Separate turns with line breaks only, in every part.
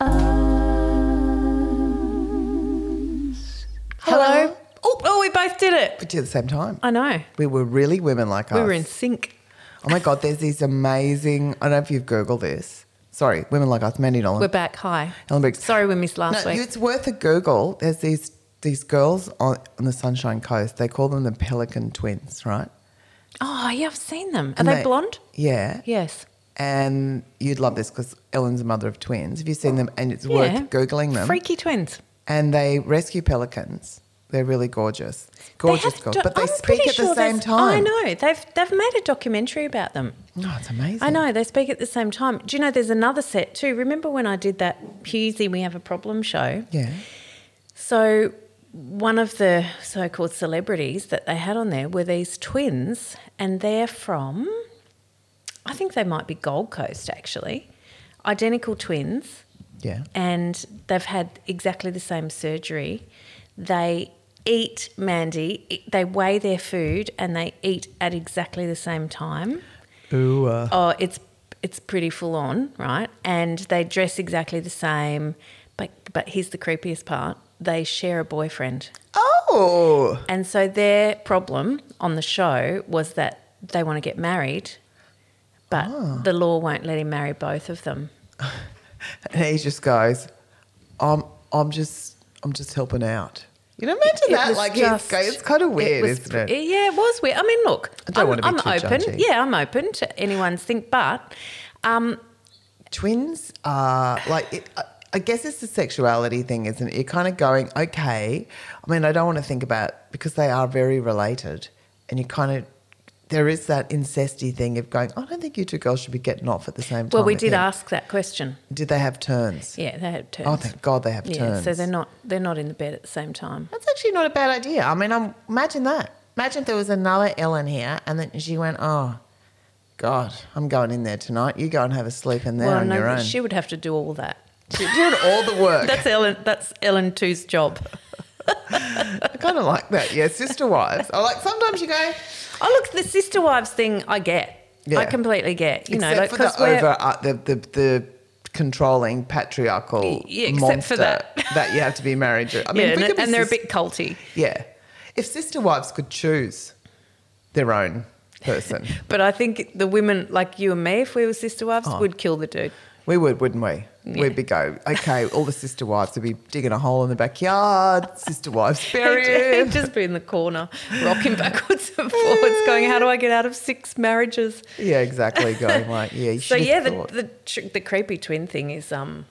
Oh, to you at the same time.
I know.
We were really women like
We
us.
were in sync.
Oh my God, there's these amazing. I don't know if you've Googled this. Sorry, women like us, Mandy Nolan.
We're back. Hi.
Ellen Briggs.
Sorry we missed last
no,
week.
it's worth a Google. There's these these girls on, on the Sunshine Coast. They call them the Pelican Twins, right?
Oh, yeah, I've seen them. Are
And
they, blonde?
Yeah.
Yes.
And you'd love this because Ellen's a mother of twins. Have you seen them? And it's
Yeah.
worth Googling them.
Freaky twins.
And they rescue pelicans. They're really gorgeous. Gorgeous
have
girls.
do-
but they
I'm
speak
pretty
at
sure
the same
there's- I
time.
know. They've they've made a documentary about them.
Oh, it's amazing.
I know, they speak at the same time. Do you know there's another set too? Remember when I did that Pusey We Have a Problem show?
Yeah.
So one of the so-called celebrities that they had on there were these twins, and they're from, I think they might be Gold Coast actually, identical twins,
Yeah.
and they've had exactly the same surgery. They eat Mandy, e- they weigh their food, and they eat at exactly the same time.
Ooh. uh,
Oh, it's it's pretty full on, right? And they dress exactly the same, but but here's the creepiest part: they share a boyfriend.
Oh.
And so their problem on the show was that they want to get married, but
Ah.
the law won't let him marry both of them.
And he just goes, I'm, I'm just, I'm just helping out. You know, imagine
It
that.
was
Like,
just-
it's, it's kind of weird,
was
isn't
pre-
it?
Yeah, it was weird. I mean, look, I
don't
am
wanna be
I'm
too
open.
judgy.
Yeah, I'm open to anyone's think, but um,
Twins are like, it, I- I guess it's the sexuality thing, isn't it? You're kind of going, okay. I mean, I don't want to think about because they are very related, and you kind of. There is that incesty thing of going. I don't think you two girls should be getting off at the same time.
well, we
at
did
the end."
ask that question.
Did they have turns?
Yeah, they had turns.
Oh, thank God they have
yeah,
turns.
so they're not they're not in the bed at the same time.
That's actually not a bad idea. I mean, I'm, imagine that. Imagine if there was another Ellen here and then she went, oh, God, I'm going in there tonight. You go and have a sleep in there
well,
on
no,
your own.
she would have to do all that.
She's doing all the work.
That's Ellen. That's Ellen Two's job.
I kind of like that. Yeah, sister wives. I like sometimes you go,
Oh, look, the sister wives thing. I get.
Yeah.
I completely get. You
except
know, like,
for
'cause
the
we're-
over, uh, the, the, the controlling patriarchal
Yeah, except for
monster
that.
that you have to be married to. I mean,
yeah,
if we
and,
could be
and they're a
sis-
bit culty.
Yeah. If sister wives could choose their own person,
But I think the women like you and me, if we were sister wives,
Oh.
would kill the dude.
We would, wouldn't we? We'd be go, okay, all the sister wives would be digging a hole in the backyard, sister wives burying.
He'd just be in the corner, rocking backwards and forwards, going, "How do I get out of six marriages?"
yeah, exactly. Going like, yeah, you
So
should've
yeah, the,
thought.
the tr- the creepy twin thing is um.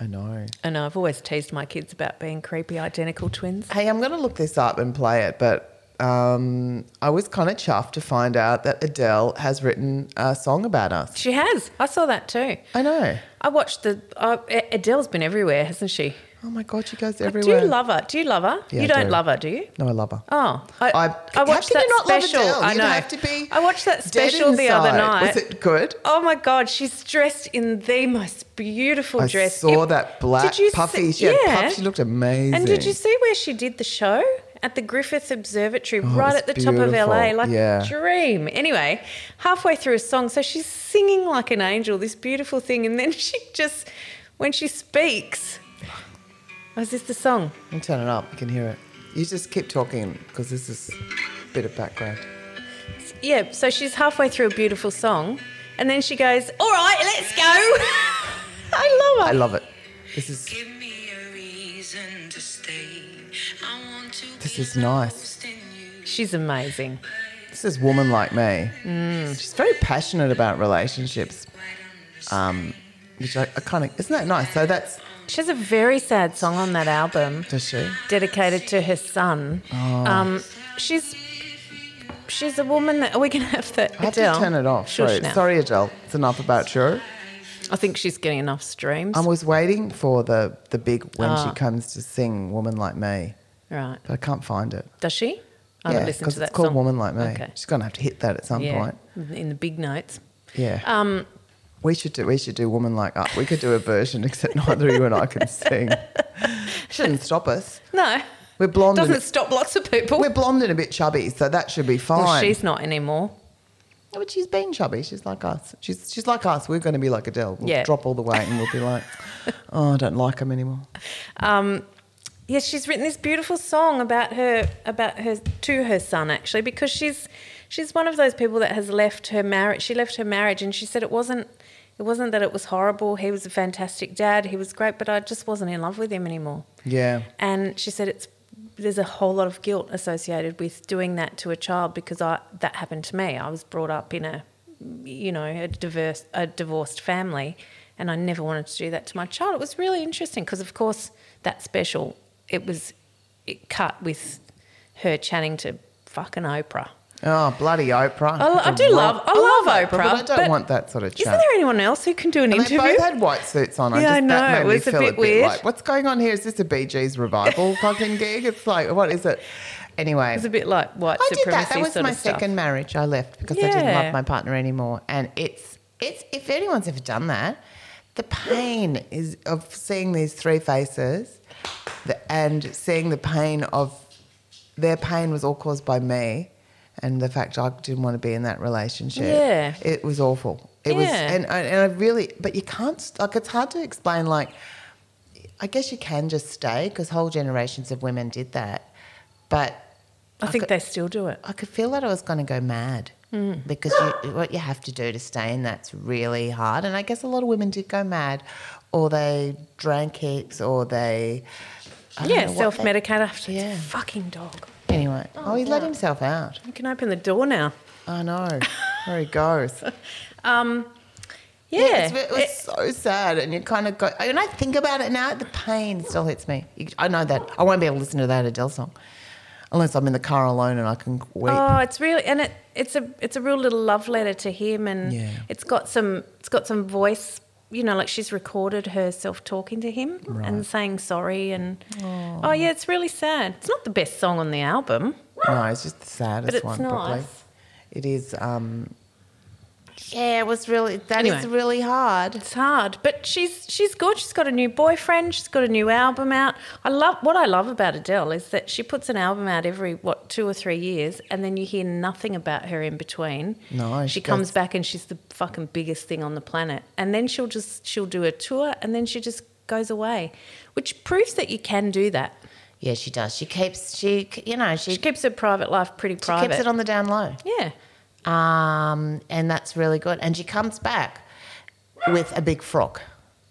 I know.
I know I've always teased my kids about being creepy identical twins.
Hey, I'm going to look this up and play it, but um, I was kind of chuffed to find out that Adele has written a song about us.
She has. I saw that too.
I know.
I watched the uh, A- Adele's been everywhere, hasn't she?
Oh my God, she goes
Like,
everywhere.
Do you love her? Do you love her?
Yeah,
you
I
don't
do.
love her, do you?
no, I love her.
Oh, I,
I-
I,
how
watched
can
that
you not love
special.
Adele?
I
You'd
know.
have to be
I watched that
dead
special the other
inside.
night.
Was it good?
Oh my god, she's dressed in the most beautiful
I
dress.
saw
It-
that black
Did you
puffy.
see-
she had
yeah.
puff. She looked amazing.
And did you see where she did the show? At the Griffith Observatory,
Oh, it
right
was
at the top of LA,
beautiful.
like
Yeah.
a dream. Anyway, halfway through a song, so she's singing like an angel, this beautiful thing, and then she just, when she speaks, oh, is this the song?
I'll turn it up. You can hear it. You just keep talking because this is a bit of background.
Yeah, so she's halfway through a beautiful song, and then she goes, All right, let's go. I love
I
her.
love it. This is
Give me a reason to stay. I want to
This
be
is nice.
lost in you.
She's amazing.
this is woman like me.
Mm.
She's very passionate about relationships. Um, which I, I kind of isn't that nice? So that's
She has a very sad song on that album
does she?
dedicated to her son.
Oh.
Um, she's she's a woman that are we gonna have that
I have
Adele?
to turn it off.
Shush
Sorry,
now.
sorry, Adele. It's enough about you.
I think she's getting enough streams.
I was waiting for the the big when
Ah.
she comes to sing "Woman Like Me,"
right.
but I can't find it.
Does she? I haven't listened
because
to
it's
that
called
song.
"Woman Like Me."
Okay.
She's gonna have to hit that at some
Yeah.
point.
In the big notes.
Yeah.
Um,
We should do. We should do "Woman Like Us." We could do a version, except neither you and I can sing. Shouldn't stop us.
no.
We're blonde.
Doesn't
and,
stop lots of people.
we're blonde and a bit chubby, so that should be fine.
Well, she's not anymore.
No, but she's been chubby. She's like us. She's she's like us. We're going to be like Adele. We'll
Yeah.
drop all the weight and we'll be like, oh, I don't like him anymore.
Um, Yes, she's written this beautiful song about her about her to her son actually because she's she's one of those people that has left her marriage. She left her marriage and she said it wasn't it wasn't that it was horrible. He was a fantastic dad. He was great, but I just wasn't in love with him anymore.
Yeah.
And she said it's there's a whole lot of guilt associated with doing that to a child because I that happened to me. I was brought up in a you know, a diverse a divorced family and I never wanted to do that to my child. It was really interesting because of course that special it was it cut with her chatting to fucking Oprah.
Oh, bloody
I,
Oprah.
I
It's
do
a ro-
love I love Oprah.
But I don't want that sort of chat.
Isn't there anyone else who can do an
And they
interview?
both had white suits on. I
Yeah,
just,
I
That
know.
made
It was
me
a
feel a
bit
bit,
weird.
like, what's going on here? Is this a Bee Gees revival fucking gig? It's like, what is it? Anyway,
It's a bit like white
I did
supremacy
that. That was
sort
my
of stuff.
second marriage. I left because I didn't
Yeah.
love my partner anymore. And it's it's if anyone's ever done that, the pain is of seeing these three faces, the, and seeing the pain of their pain was all caused by me, and the fact I didn't want to be in that relationship.
Yeah.
it was awful. It was,
Yeah.
and I, and I really, but you can't st- like it's hard to explain like. I guess you can just stay because whole generations of women did that, but
I think
could-
they still do it.
I could feel that I was going to go mad
Mm.
because you, what you have to do to stay in that's really hard. And I guess a lot of women did go mad, or they drank heaps, or they I don't
Yeah,
know what
self medicate after
Yeah.
this fucking dog.
they- Anyway, oh, he let himself out.
You can open the door now.
I know. There he goes.
Um, yeah,
it's, it was so sad, and you kind of go. And I think about it now. The pain still hits me. You- I know that I won't be able to listen to that Adele song unless I'm in the car alone and I can weep.
Oh, it's really and it it's a it's a real little love letter to him and
Yeah.
it's got some it's got some voice, you know, like she's recorded herself talking to him and saying sorry and oh. yeah, it's really sad. It's not the best song on the album,
No, it's just the saddest
but it's
one, probably.
nice.
It is. Um, yeah, it was really. That is
Anyway.
really hard.
It's hard, but she's she's good. She's got a new boyfriend. She's got a new album out. I love what I love about Adele is that she puts an album out every what two or three years, and then you hear nothing about her in between.
No,
she
she
comes
does-
back and she's the fucking biggest thing on the planet, and then she'll just she'll do a tour, and then she just goes away, which proves that you can do that.
Yeah, she does. She keeps. She you know
She
she, she
keeps her private life pretty private.
keeps it on the down low.
yeah,
Um, and that's really good. And she comes back with a big frock.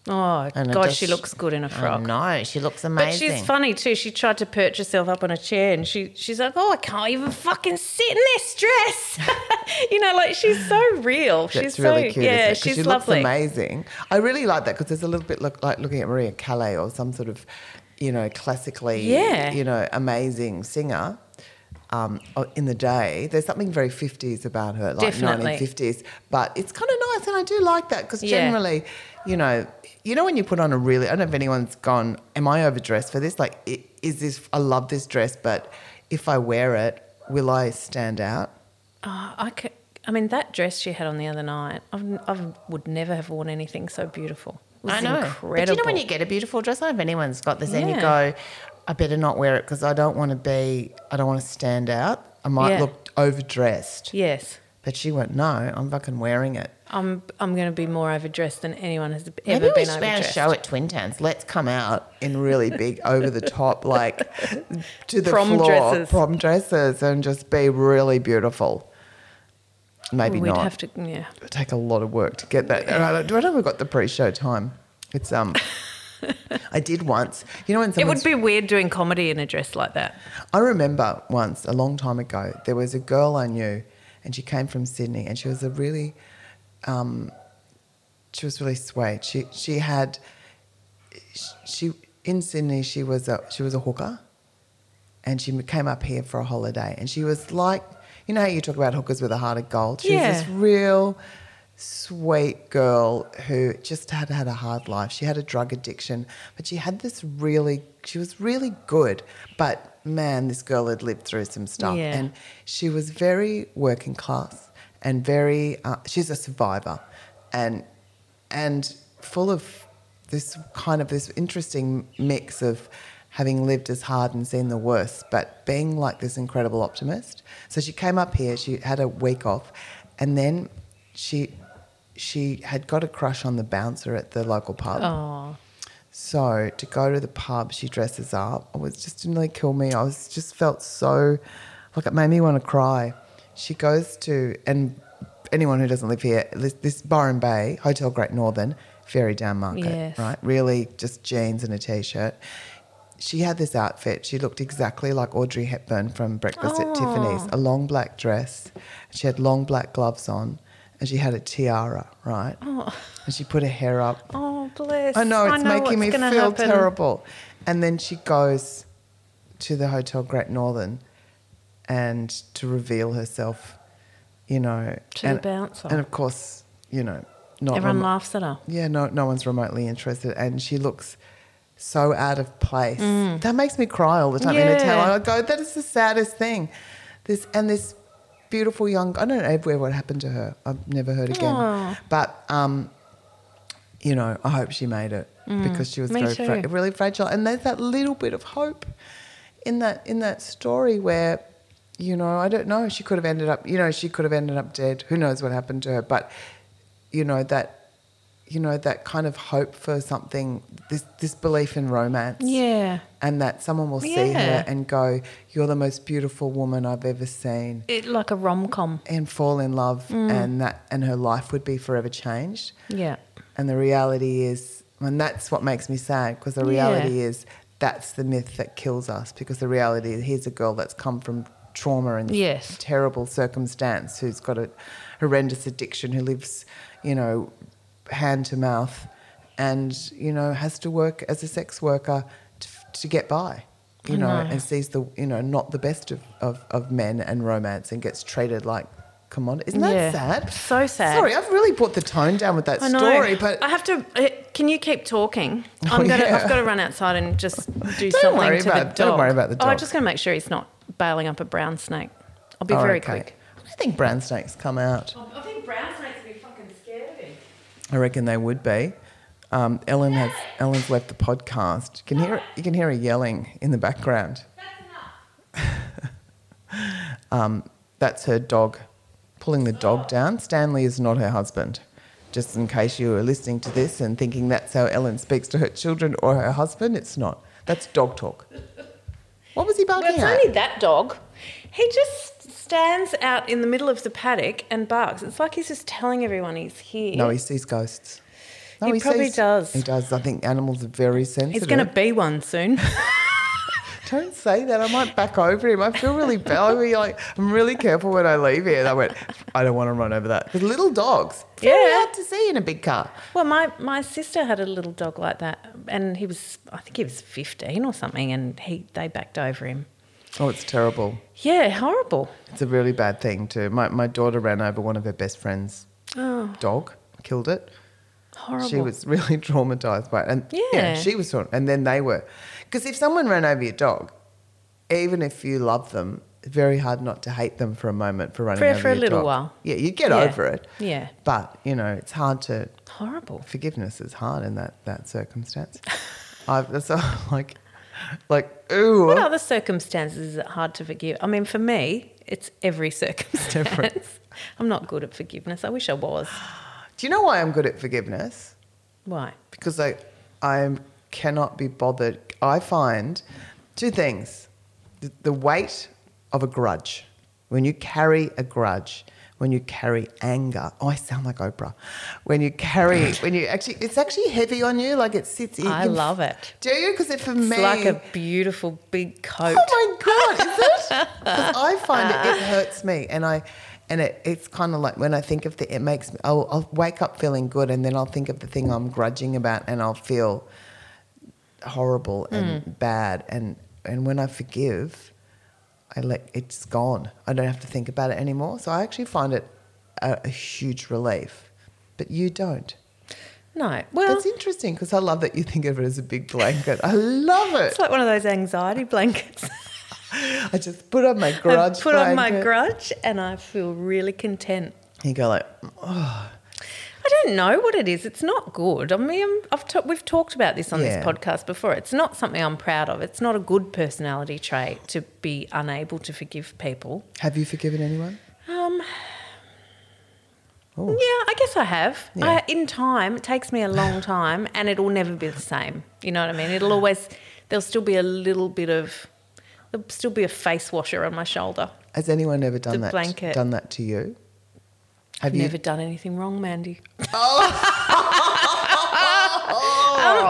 oh
And it
god,
just-
she looks good in a
I
frock.
know, she looks
But
amazing.
she's funny too. She tried to perch herself up on a chair and she she's like, Oh, I can't even fucking sit in this dress. you know, like she's so real.
That's
she's
really
so
cute. isn't it?
yeah,
'Cause
she's
she
lovely.
Looks amazing. I really like that because there's a little bit look, like looking at Maria Callas or some sort of, you know, classically,
Yeah.
you know, amazing singer. Um, o- in the day, there's something very 50s about her, like
Definitely.
1950s. But it's kind of nice, and I do like that because
Yeah.
generally, you know, you know when you put on a really, I don't know if anyone's gone, am I overdressed for this? Like, i- is this? I love this dress, but if I wear it, will I stand out?
Oh, I could, I mean that dress she had on the other night, I've, I would never have worn anything so beautiful. It was
I know.
incredible.
But do you know when you get a beautiful dress? I don't know if anyone's got this, and you
Yeah.
go, I better not wear it because I don't want to be, I don't want to stand out. I might
Yeah.
look overdressed.
Yes.
But she went, no, I'm fucking wearing it.
I'm I'm gonna be more overdressed than anyone has ever
Maybe we
been
should have a
overdressed.
show at Twin Towns. Let's come out in really big, over the top, like to the
Prom
floor,
dresses.
prom dresses, and just be really beautiful. Maybe
We'd
not.
have to yeah.
It'd take a lot of work to get that. And I, do I know we've got the pre-show time? It's um, I did once. You know when
It
someone's
would be weird doing comedy in a dress like that.
I remember once, a long time ago, there was a girl I knew, and she came from Sydney, and she was a really, um, she was really sweet. She she had, she in Sydney she was a she was a hooker, and she came up here for a holiday, and she was like, you know how you talk about hookers with a heart of gold. She was this
Yeah.
real sweet girl who just had had a hard life. She had a drug addiction, but she had this really, she was really good. But man, this girl had lived through some stuff.
Yeah.
And she was very working class and very, uh, she's a survivor and, and full of this kind of this interesting mix of having lived as hard and seen the worst, but being like this incredible optimist. So she came up here, she had a week off, and then she she had got a crush on the bouncer at the local pub.
Oh.
So to go to the pub, she dresses up. It was just didn't really kill me. I was just felt so like it made me want to cry. She goes to and anyone who doesn't live here, this, this Byron Bay Hotel Great Northern, very down market,
Yes.
right? Really just jeans and a t-shirt. She had this outfit. She looked exactly like Audrey Hepburn from Breakfast at Tiffany's. A long black dress. She had long black gloves on, and she had a tiara, right? And she put her hair up.
Oh, bless.
I know it's making
what's
me feel
gonna happen.
terrible. And then she goes to the hotel Great Northern, and to reveal herself, you know,
To the
and,
bouncer.
and of course, you know, not
Everyone
remo-
laughs at her.
yeah, no, no one's remotely interested, and she looks so out of place. That makes me cry all the time in a town.
Mm. Yeah.
I go, that is the saddest thing. This and this beautiful young. I don't know what happened to her. I've never heard again.
Aw.
But um, you know, I hope she made it because she was
Mm. Me
very fra-
too.
really fragile. And there's that little bit of hope in that in that story where, you know, I don't know, she could have ended up, you know, she could have ended up dead. Who knows what happened to her? But you know that, you know that kind of hope for something. This this belief in romance
Yeah.
and that someone will see
Yeah.
her and go, "You're the most beautiful woman I've ever seen,"
It, like a rom com.
and fall in love,
Mm.
and that and her life would be forever changed.
Yeah.
And the reality is, and that's what makes me sad because the reality is that's the myth that kills us because the reality is here's a girl that's come from trauma and
Yes.
terrible circumstance who's got a horrendous addiction who lives, you know, hand to mouth and, you know, has to work as a sex worker to, to get by. You know, and sees the you know not the best of, of, of men and romance, and gets treated like commodity. Isn't that
Yeah.
sad?
So sad.
Sorry, I've really brought the tone down with that story, but
I have to. uh, Can you keep talking? I'm
Oh,
gonna.
yeah.
I've got to run outside and just do
Don't
something
worry
to
about-
the
don't
dog.
worry about the
Oh, I'm
dog.
just gonna make sure he's not bailing up a brown snake. I'll be
Oh,
very
okay.
quick.
I don't think brown snakes come out.
I think brown snakes would be fucking scared of him.
I reckon they would be. Um, Ellen has Ellen's left the podcast. You can hear you can hear her yelling in the background. um, that's her dog pulling the dog down. Stanley is not her husband. Just in case you are listening to this and thinking that's how Ellen speaks to her children or her husband, it's not. That's dog talk. What was he
Well,
barking
it's
at?
only that dog. He just stands out in the middle of the paddock and barks. It's like he's just telling everyone he's here.
No, he sees ghosts. No,
He probably does.
He does. I think animals are very sensitive.
he's going to be one soon.
Don't say that. I might back over him. I feel really bad. I mean, like, I'm really careful when I leave here. And I went, I don't want to run over that. 'Cause little dogs, it's very
Yeah.
hard to see in a big car.
Well, my, my sister had a little dog like that, and he was I think he was fifteen or something, and he they backed over him.
Oh, it's terrible.
Yeah, horrible.
It's a really bad thing, too. My, my daughter ran over one of her best friend's
Oh,
dog, killed it.
horrible.
She was really traumatized by it. And yeah,
Yeah.
she was traumatized. And then they were. Because if someone ran over your dog, even if you love them, it's very hard not to hate them for a moment for running
For-
over
for a
your
little
dog.
while.
Yeah, you'd get
Yeah.
over it.
Yeah.
But, you know, it's hard to
horrible.
forgiveness is hard in that that circumstance. I've that's all, like like ooh
What other circumstances is it hard to forgive? I mean, for me, it's every circumstance. I'm not good at forgiveness. I wish I was.
do you know why I'm good at forgiveness?
Why?
Because I I cannot be bothered. I find two things. The, the weight of a grudge. When you carry a grudge, when you carry anger. Oh, I sound like Oprah. When you carry when you actually it's actually heavy on you like it sits you
I
can-
love it.
Do you? Because it for me
It's like a beautiful big coat.
Oh my god, is it? 'Cause I find it, it hurts me, and I, and it, it's kind of like when I think of the, it makes me. I'll, I'll wake up feeling good, and then I'll think of the thing I'm grudging about, and I'll feel horrible and
Hmm.
bad, and and when I forgive, I let it's gone. I don't have to think about it anymore. So I actually find it a, a huge relief, but you don't.
no, well,
That's interesting because I love that you think of it as a big blanket. I love it.
it's like one of those anxiety blankets.
I just put on my grudge.
I put on my
blanket.
grudge, and I feel really content.
You go like,
I don't know what it is. It's not good. I mean, I'm- I've ta- we've talked about this on
Yeah.
this podcast before. It's not something I'm proud of. It's not a good personality trait to be unable to forgive people.
have you forgiven anyone?
Um, Yeah, I guess I have. I, in time, it takes me a long time, and it'll never be the same. You know what I mean? It'll always there'll still be a little bit of there'll still be a face washer on my shoulder.
Has anyone ever done
The
that?
blanket.
Done that to you? Have you? Oh.
Never done anything wrong, Mandy. um, well,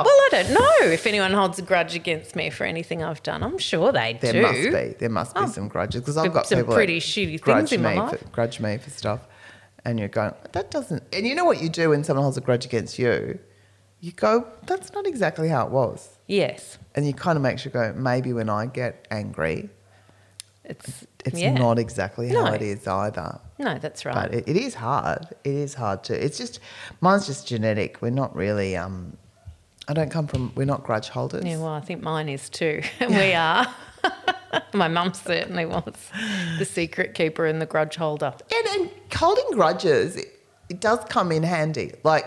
I don't know if anyone holds a grudge against me for anything I've done. I'm sure they
There
do. Oh.
must be. There must be some grudges because I've
Some-
got
some
people
pretty
that
shitty things
grudge
in my
me
life.
For, grudge me for stuff, and you're going that doesn't. And you know what you do when someone holds a grudge against you? You go, that's not exactly how it was,
Yes,
and you kind of make sure go maybe when I get angry,
it's
it's
yeah.
not exactly how
No.
it is either.
No, that's right.
But it, it is hard. It is hard to. It's just mine's just genetic. We're not really. Um, I don't come from. We're not grudge holders.
Yeah, well, I think mine is too. And we are. My mum certainly was the secret keeper and the grudge holder.
And, and holding grudges, it, it does come in handy. Like,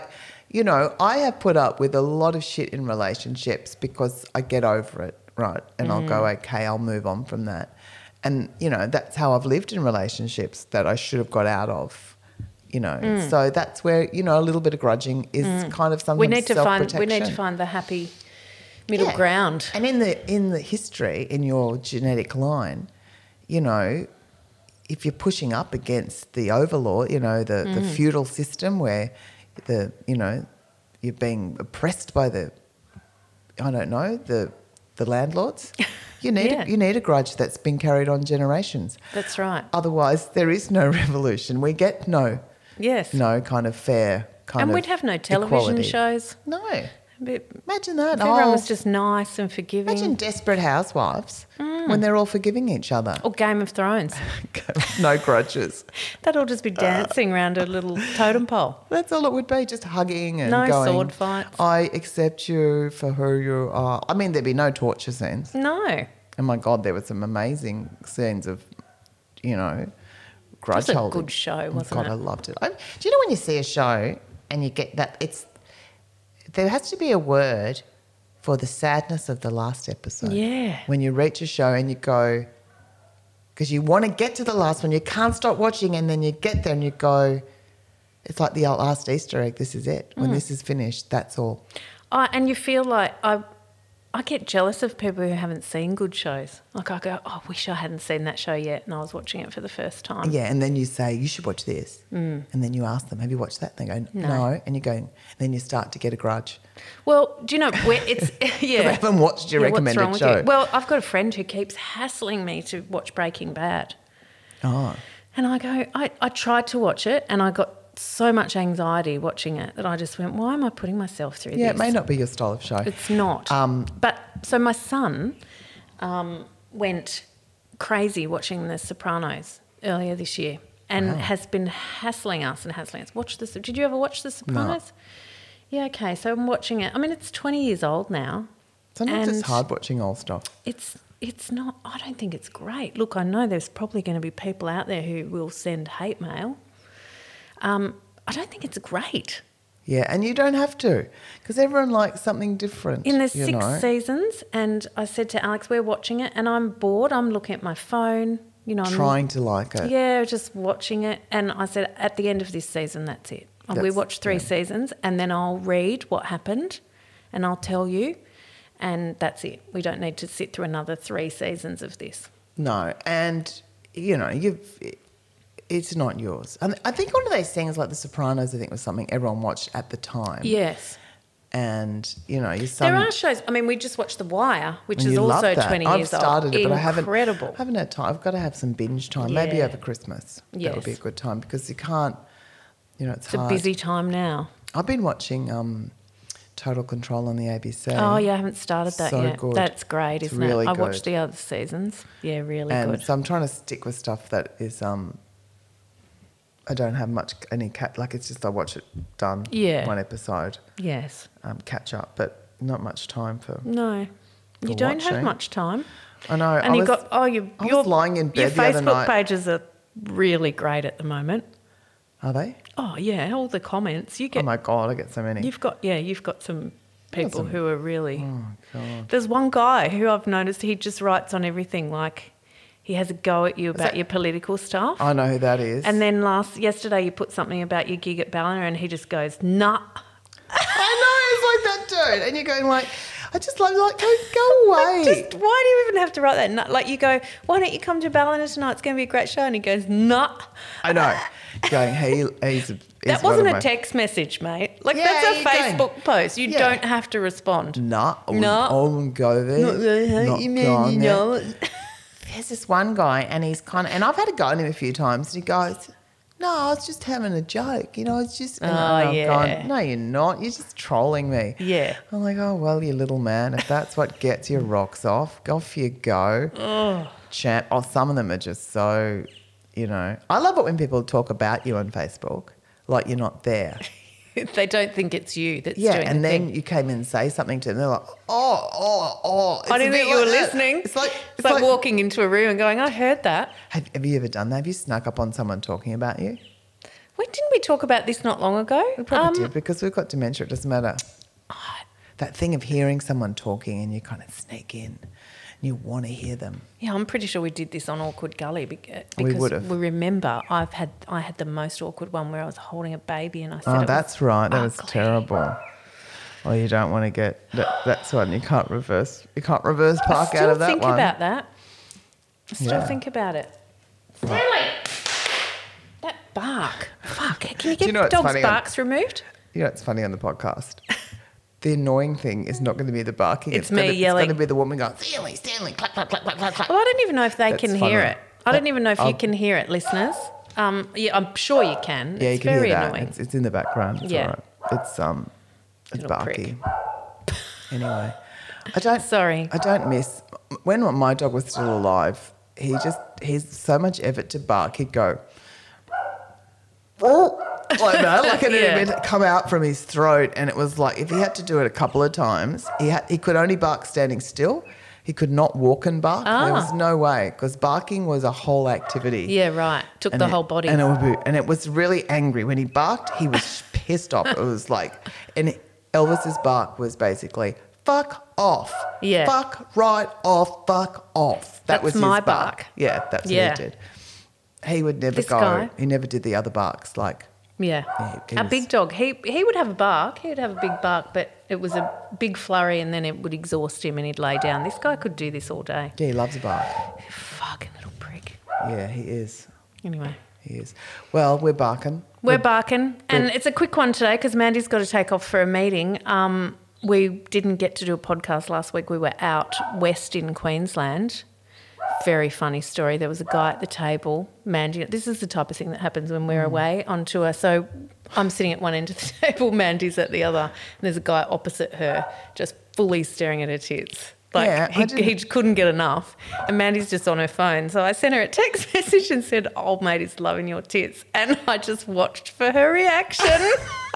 you know, I have put up with a lot of shit in relationships because I get over it, right? And I'll go,
Mm.
okay, I'll move on from that. And, you know, that's how I've lived in relationships that I should have got out of, you know. So that's where, you know, a little bit of grudging is kind of something
Mm. we need to find we need to find the happy middle
Yeah.
ground.
And in the in the history, in your genetic line, you know, if you're pushing up against the overlord, you know, the, the
Mm.
feudal system where the you know, you're being oppressed by the I don't know, the the landlords. You need
Yeah.
a, you need a grudge that's been carried on generations.
That's right.
Otherwise there is no revolution. We get no
Yes.
no kind of fair kind
and
of
we'd have no television
equality.
shows.
No.
But
Imagine that.
if everyone
Oh,
was just nice and forgiving.
Imagine desperate housewives
Mm.
when they're all forgiving each other.
or Game of Thrones.
no grudges.
That'd all just be dancing round a little totem pole.
That's all it would be, just hugging and
No
going,
sword fights.
I accept you for who you are. I mean, there'd be no torture scenes.
No.
And my God, there were some amazing scenes of, you know, grudge
was a
holding.
good show,
Oh,
wasn't
God,
it?
I loved it. I, do you know when you see a show and you get that? It's there has to be a word for the sadness of the last episode.
Yeah.
When you reach a show and you go, because you want to get to the last one, you can't stop watching, and then you get there and you go. It's like the last Easter egg. This is it.
Mm.
When this is finished, that's all.
I, and you feel like I, I get jealous of people who haven't seen good shows. Like I go, oh, I wish I hadn't seen that show yet, and I was watching it for the first time.
Yeah, and then you say you should watch this, mm. and then you ask them, "Have you watched that?" And they go, "No,", and you go, and then you start to get a grudge.
Well, do you know where it's? yeah,
I haven't watched your
Yeah,
recommended
what's wrong
show.
With you? Well, I've got a friend who keeps hassling me to watch Breaking Bad,
oh,
and I go, I, I tried to watch it, and I got so much anxiety watching it that I just went, why am I putting myself through
yeah,
this?
it may not be your style of show.
It's not.
Um,
but so my son um, went crazy watching The Sopranos earlier this year and has been hassling us and hassling us. Watch this. Did you ever watch The Sopranos? Yeah, okay. So I'm watching it. I mean, it's 20 years old now.
Sometimes
and-
it's hard watching old stuff.
It's it's not. I don't think it's great. Look, I know there's probably going to be people out there who will send hate mail. Um, I don't think it's great.
Yeah, and you don't have to because everyone likes something different.
In the
you
six
know?
seasons, and I said to Alex, "We're watching it, and I'm bored. I'm looking at my phone. You know, I'm
trying to like it.
yeah, just watching it." And I said, "At the end of this season, that's it. we
That's-
watch three seasons, and then I'll read what happened, and I'll tell you, and that's it. We don't need to sit through another three seasons of this."
No, and you know you've. It's not yours. And I think one of those things, like The Sopranos, I think was something everyone watched at the time.
Yes.
And, you know, you some
There are shows. I mean, we just watched The Wire, which
And
is
you love
also
that.
twenty
I've
years
started
old.
it, but I haven't.
Incredible.
I haven't had time. I've got to have some binge time. Maybe
Yeah.
over Christmas. That would be a
Yes.
good time because you can't. You know, it's,
It's a
hard.
busy time now.
I've been watching um, Total Control on the ABC.
Oh yeah, I haven't started that
So
yet.
good.
That's great,
It's
isn't
really
it? I watched
good.
the other seasons. Yeah, really
and
good.
so I'm trying to stick with stuff that is. Um, I don't have much any cat like it's just I watch it done.
Yeah.
One episode,
yes.
um, catch up, but not much time for.
No. You
For
don't have
watching.
much time.
I know.
And
I
you
was-
got oh you
I was
your
lying in
your
bed the other
Facebook
night.
pages are really great at the moment.
Are they?
Oh yeah, all the comments you
Oh
get.
my god! I get so many.
you've got yeah, you've got some people
some-
who are really
oh god.
There's one guy who I've noticed he just writes on everything like He has a go at you about
that-
your political stuff.
I know who that is.
and then last yesterday, you put something about your gig at Ballina, and he just goes, "Nah."
I know, it's like that dude. And you're going like, I just love like, go, go away.
Like, just why do you even have to write that? Nah? Like you go, "Why don't you come to Ballina tonight? It's going to be a great show." And he goes, "Nah."
I know. Going, he, he's, he's
That
one of
wasn't
my-
a text message, mate. Like
Yeah,
that's a
you don't-
Facebook post. You
Yeah.
don't have to respond.
Nah, I wouldn't,
Nah.
I wouldn't go there. Not going there. There's this one guy, and he's kind of, and I've had a go at him a few times, and he goes, "No, I was just having a joke, you know. It's just." And
Oh,
I've
yeah.
gone, no, you're not. You're just trolling me.
Yeah.
I'm like, oh well, you little man. If that's what gets your rocks off, off you go. Champ. Oh, some of them are just so, you know. I love it when people talk about you on Facebook, like you're not there.
they don't think it's you that's
Yeah,
doing
and
the
then
thing.
you came in and say something to them. They're like, oh, oh, oh. It's
I
a
didn't
bit
think you were
like that.
listening.
It's like, it's
like,
like,
walking into a room and going, I heard that.
Have, have you ever done that? Have you snuck up on someone talking about you?
When didn't we talk about this not long ago? Um, We
Probably did because we've got dementia. It doesn't matter. That thing of hearing someone talking and you kind of sneak in and you want to hear them.
Yeah, I'm pretty sure we did this on Awkward Gully bec-
We
because we,
would've.
remember I've had I had the most awkward one where I was holding a baby and I said, it
oh,
was
that's right. That was
ugly.
terrible. Oh, you don't want to get that, that's one. You can't reverse. You can't reverse
I
park
still
out of that
think
one.
about that. I still
Yeah.
think about it. Stanley, that bark. Fuck. Can you get
you know
the
what's
dog's
funny?
barks removed?
You know, it's funny on the podcast. The annoying thing is not going to be the barking.
It's me
gonna,
yelling.
It's going to be the woman going, "Phew."
Stanley, Stanley, clap, clap, clap, clap, clap, clap.
Well, I don't even know if they
That's
can
funny.
hear it. I don't even know if you
I'll-
can hear it, listeners. Um, yeah, I'm sure you can.
yeah, you
it's
can
very
hear that.
annoying.
It's, it's in the background. It's
Yeah.
all right. It's, um, it's
Little prick.
barky. anyway, I don't.
Sorry.
I don't miss when my dog was still alive. He just he's so much effort to bark. He'd go, "Oh," like that, like it
Yeah.
had been- come out from his throat, and it was like if he had to do it a couple of times, he had, he could only bark standing still. He could not walk and bark. There
Ah.
was no way because barking was a whole activity.
Yeah, right. Took
And
the
it-
whole body.
And it, would be, and it was really angry. When he barked, he was pissed off. It was like, and Elvis's bark was basically, fuck off.
Yeah.
Fuck right off. Fuck off. That
That's
was his
my
bark.
bark.
Yeah, that's
Yeah.
what he did. He would never
This
go.
guy?
He never did the other barks. Like,
yeah.
Yeah, it
Our
was-
big dog. He he would have a bark. He would have a big bark, but it was a big flurry, and then it would exhaust him, and he'd lay down. This guy could do this all day.
yeah, he loves a bark.
Fucking little prick.
Yeah, he is.
Anyway.
He is. Well, we're barking.
We're barking, and it's a quick one today because Mandy's got to take off for a meeting. Um, we didn't get to do a podcast last week. We were out west in Queensland. Very funny story. There was a guy at the table. Mandy, this is the type of thing that happens when we're away on tour. So I'm sitting at one end of the table, Mandy's at the other, and there's a guy opposite her just fully staring at her tits. Like
Yeah, I
he,
didn't-
he couldn't get enough. And Mandy's just on her phone. So I sent her a text message and said, Old mate is loving your tits. And I just watched for her reaction.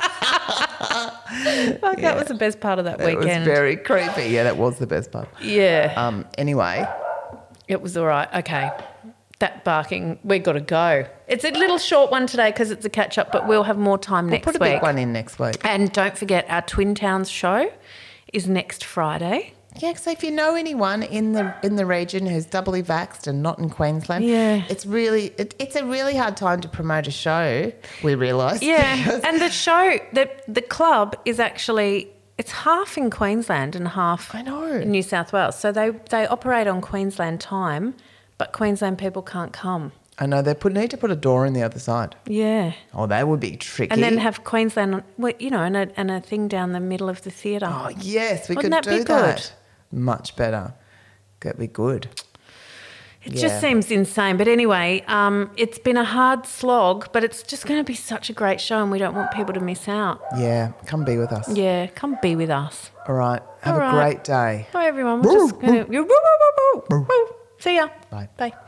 like, That was the best part of that
It was
weekend.
very creepy. Yeah, that was the best part.
yeah.
Um. Anyway,
It was all right. Okay. That barking, we got to go. It's a little short one today because it's a catch up, but we'll have more time next
put a
week.
big one in next week.
And don't forget, our Twin Towns show is next Friday.
Yeah, so if you know anyone in the in the region who's doubly vaxxed and not in Queensland,
Yeah.
it's really it, it's a really hard time to promote a show. We realise,
Yeah,
because-
and the show, the the club is actually it's half in Queensland and half
I know.
in New South Wales. So they they operate on Queensland time, but Queensland people can't come.
I know they put need to put a door in the other side.
Yeah,
Oh, that would be tricky.
and then have Queensland, on, well, you know, and a and a thing down the middle of the theatre.
oh yes, we
Wouldn't
could
that be
do
good?
that. Much better. That'd be good.
It
Yeah.
just seems insane. But anyway, um, it's been a hard slog, but it's just going to be such a great show, and we don't want people to miss out.
Yeah, come be with us.
Yeah, come be with us.
All right. Have
All
a
right.
great day.
Bye, everyone. We're just
Woo,
going to. See ya.
Bye.
Bye.